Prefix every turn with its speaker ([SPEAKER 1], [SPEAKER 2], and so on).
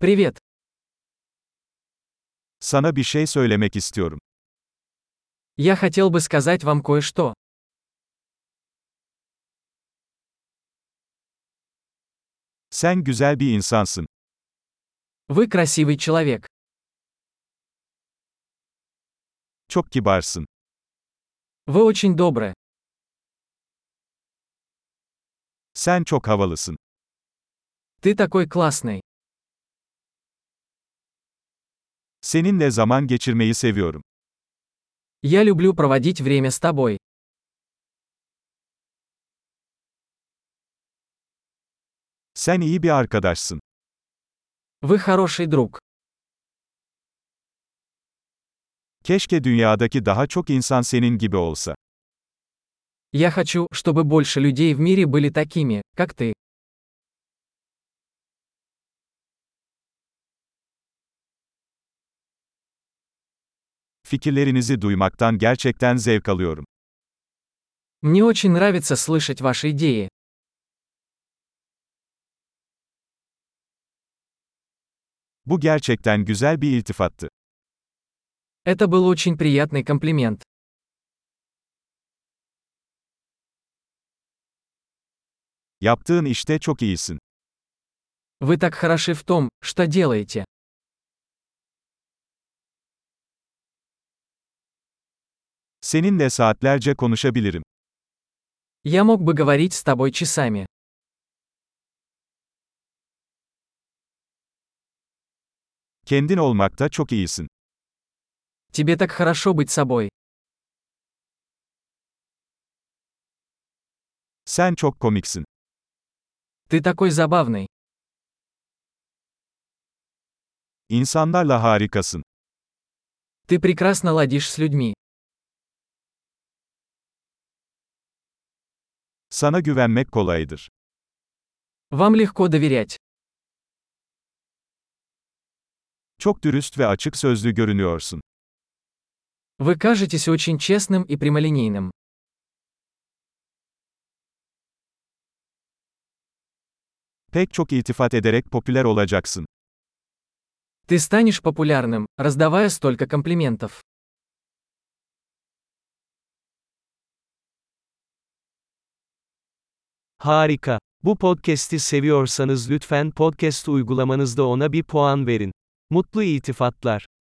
[SPEAKER 1] Привет.
[SPEAKER 2] Sana bir şey söylemek istiyorum.
[SPEAKER 1] Я хотел бы сказать вам кое-что.
[SPEAKER 2] Sen güzel bir insansın.
[SPEAKER 1] Вы красивый человек.
[SPEAKER 2] Çok kibarsın.
[SPEAKER 1] Вы очень добры.
[SPEAKER 2] Sen çok havalısın.
[SPEAKER 1] Ты такой классный.
[SPEAKER 2] Seninle zaman geçirmeyi seviyorum.
[SPEAKER 1] Я люблю проводить время с тобой.
[SPEAKER 2] Sen iyi bir arkadaşsın.
[SPEAKER 1] Вы хороший друг.
[SPEAKER 2] Keşke dünyadaki daha çok insan senin gibi olsa.
[SPEAKER 1] Я хочу, чтобы больше людей в мире были такими, как ты.
[SPEAKER 2] Fikirlerinizi duymaktan gerçekten zevk alıyorum.
[SPEAKER 1] Мне очень нравится слышать ваши идеи.
[SPEAKER 2] Bu gerçekten güzel bir iltifattı.
[SPEAKER 1] Это был очень приятный комплимент.
[SPEAKER 2] Yaptığın işte çok iyisin.
[SPEAKER 1] Вы так хороши в том, что делаете.
[SPEAKER 2] Seninle saatlerce konuşabilirim.
[SPEAKER 1] Я мог бы говорить с тобой часами.
[SPEAKER 2] Kendin olmakta çok iyisin.
[SPEAKER 1] Тебе так хорошо быть собой.
[SPEAKER 2] Sen çok komiksin.
[SPEAKER 1] Ты такой забавный.
[SPEAKER 2] İnsanlarla harikasın.
[SPEAKER 1] Ты прекрасно ладишь с людьми.
[SPEAKER 2] Sana güvenmek kolaydır.
[SPEAKER 1] Вам легко доверять.
[SPEAKER 2] Çok dürüst ve açık sözlü görünüyorsun.
[SPEAKER 1] Вы кажетесь очень честным и прямолинейным.
[SPEAKER 2] Pek çok iltifat ederek popüler olacaksın.
[SPEAKER 1] Ты станешь популярным, раздавая столько комплиментов.
[SPEAKER 3] Harika. Bu podcast'i seviyorsanız lütfen podcast uygulamanızda ona bir puan verin. Mutlu iltifatlar.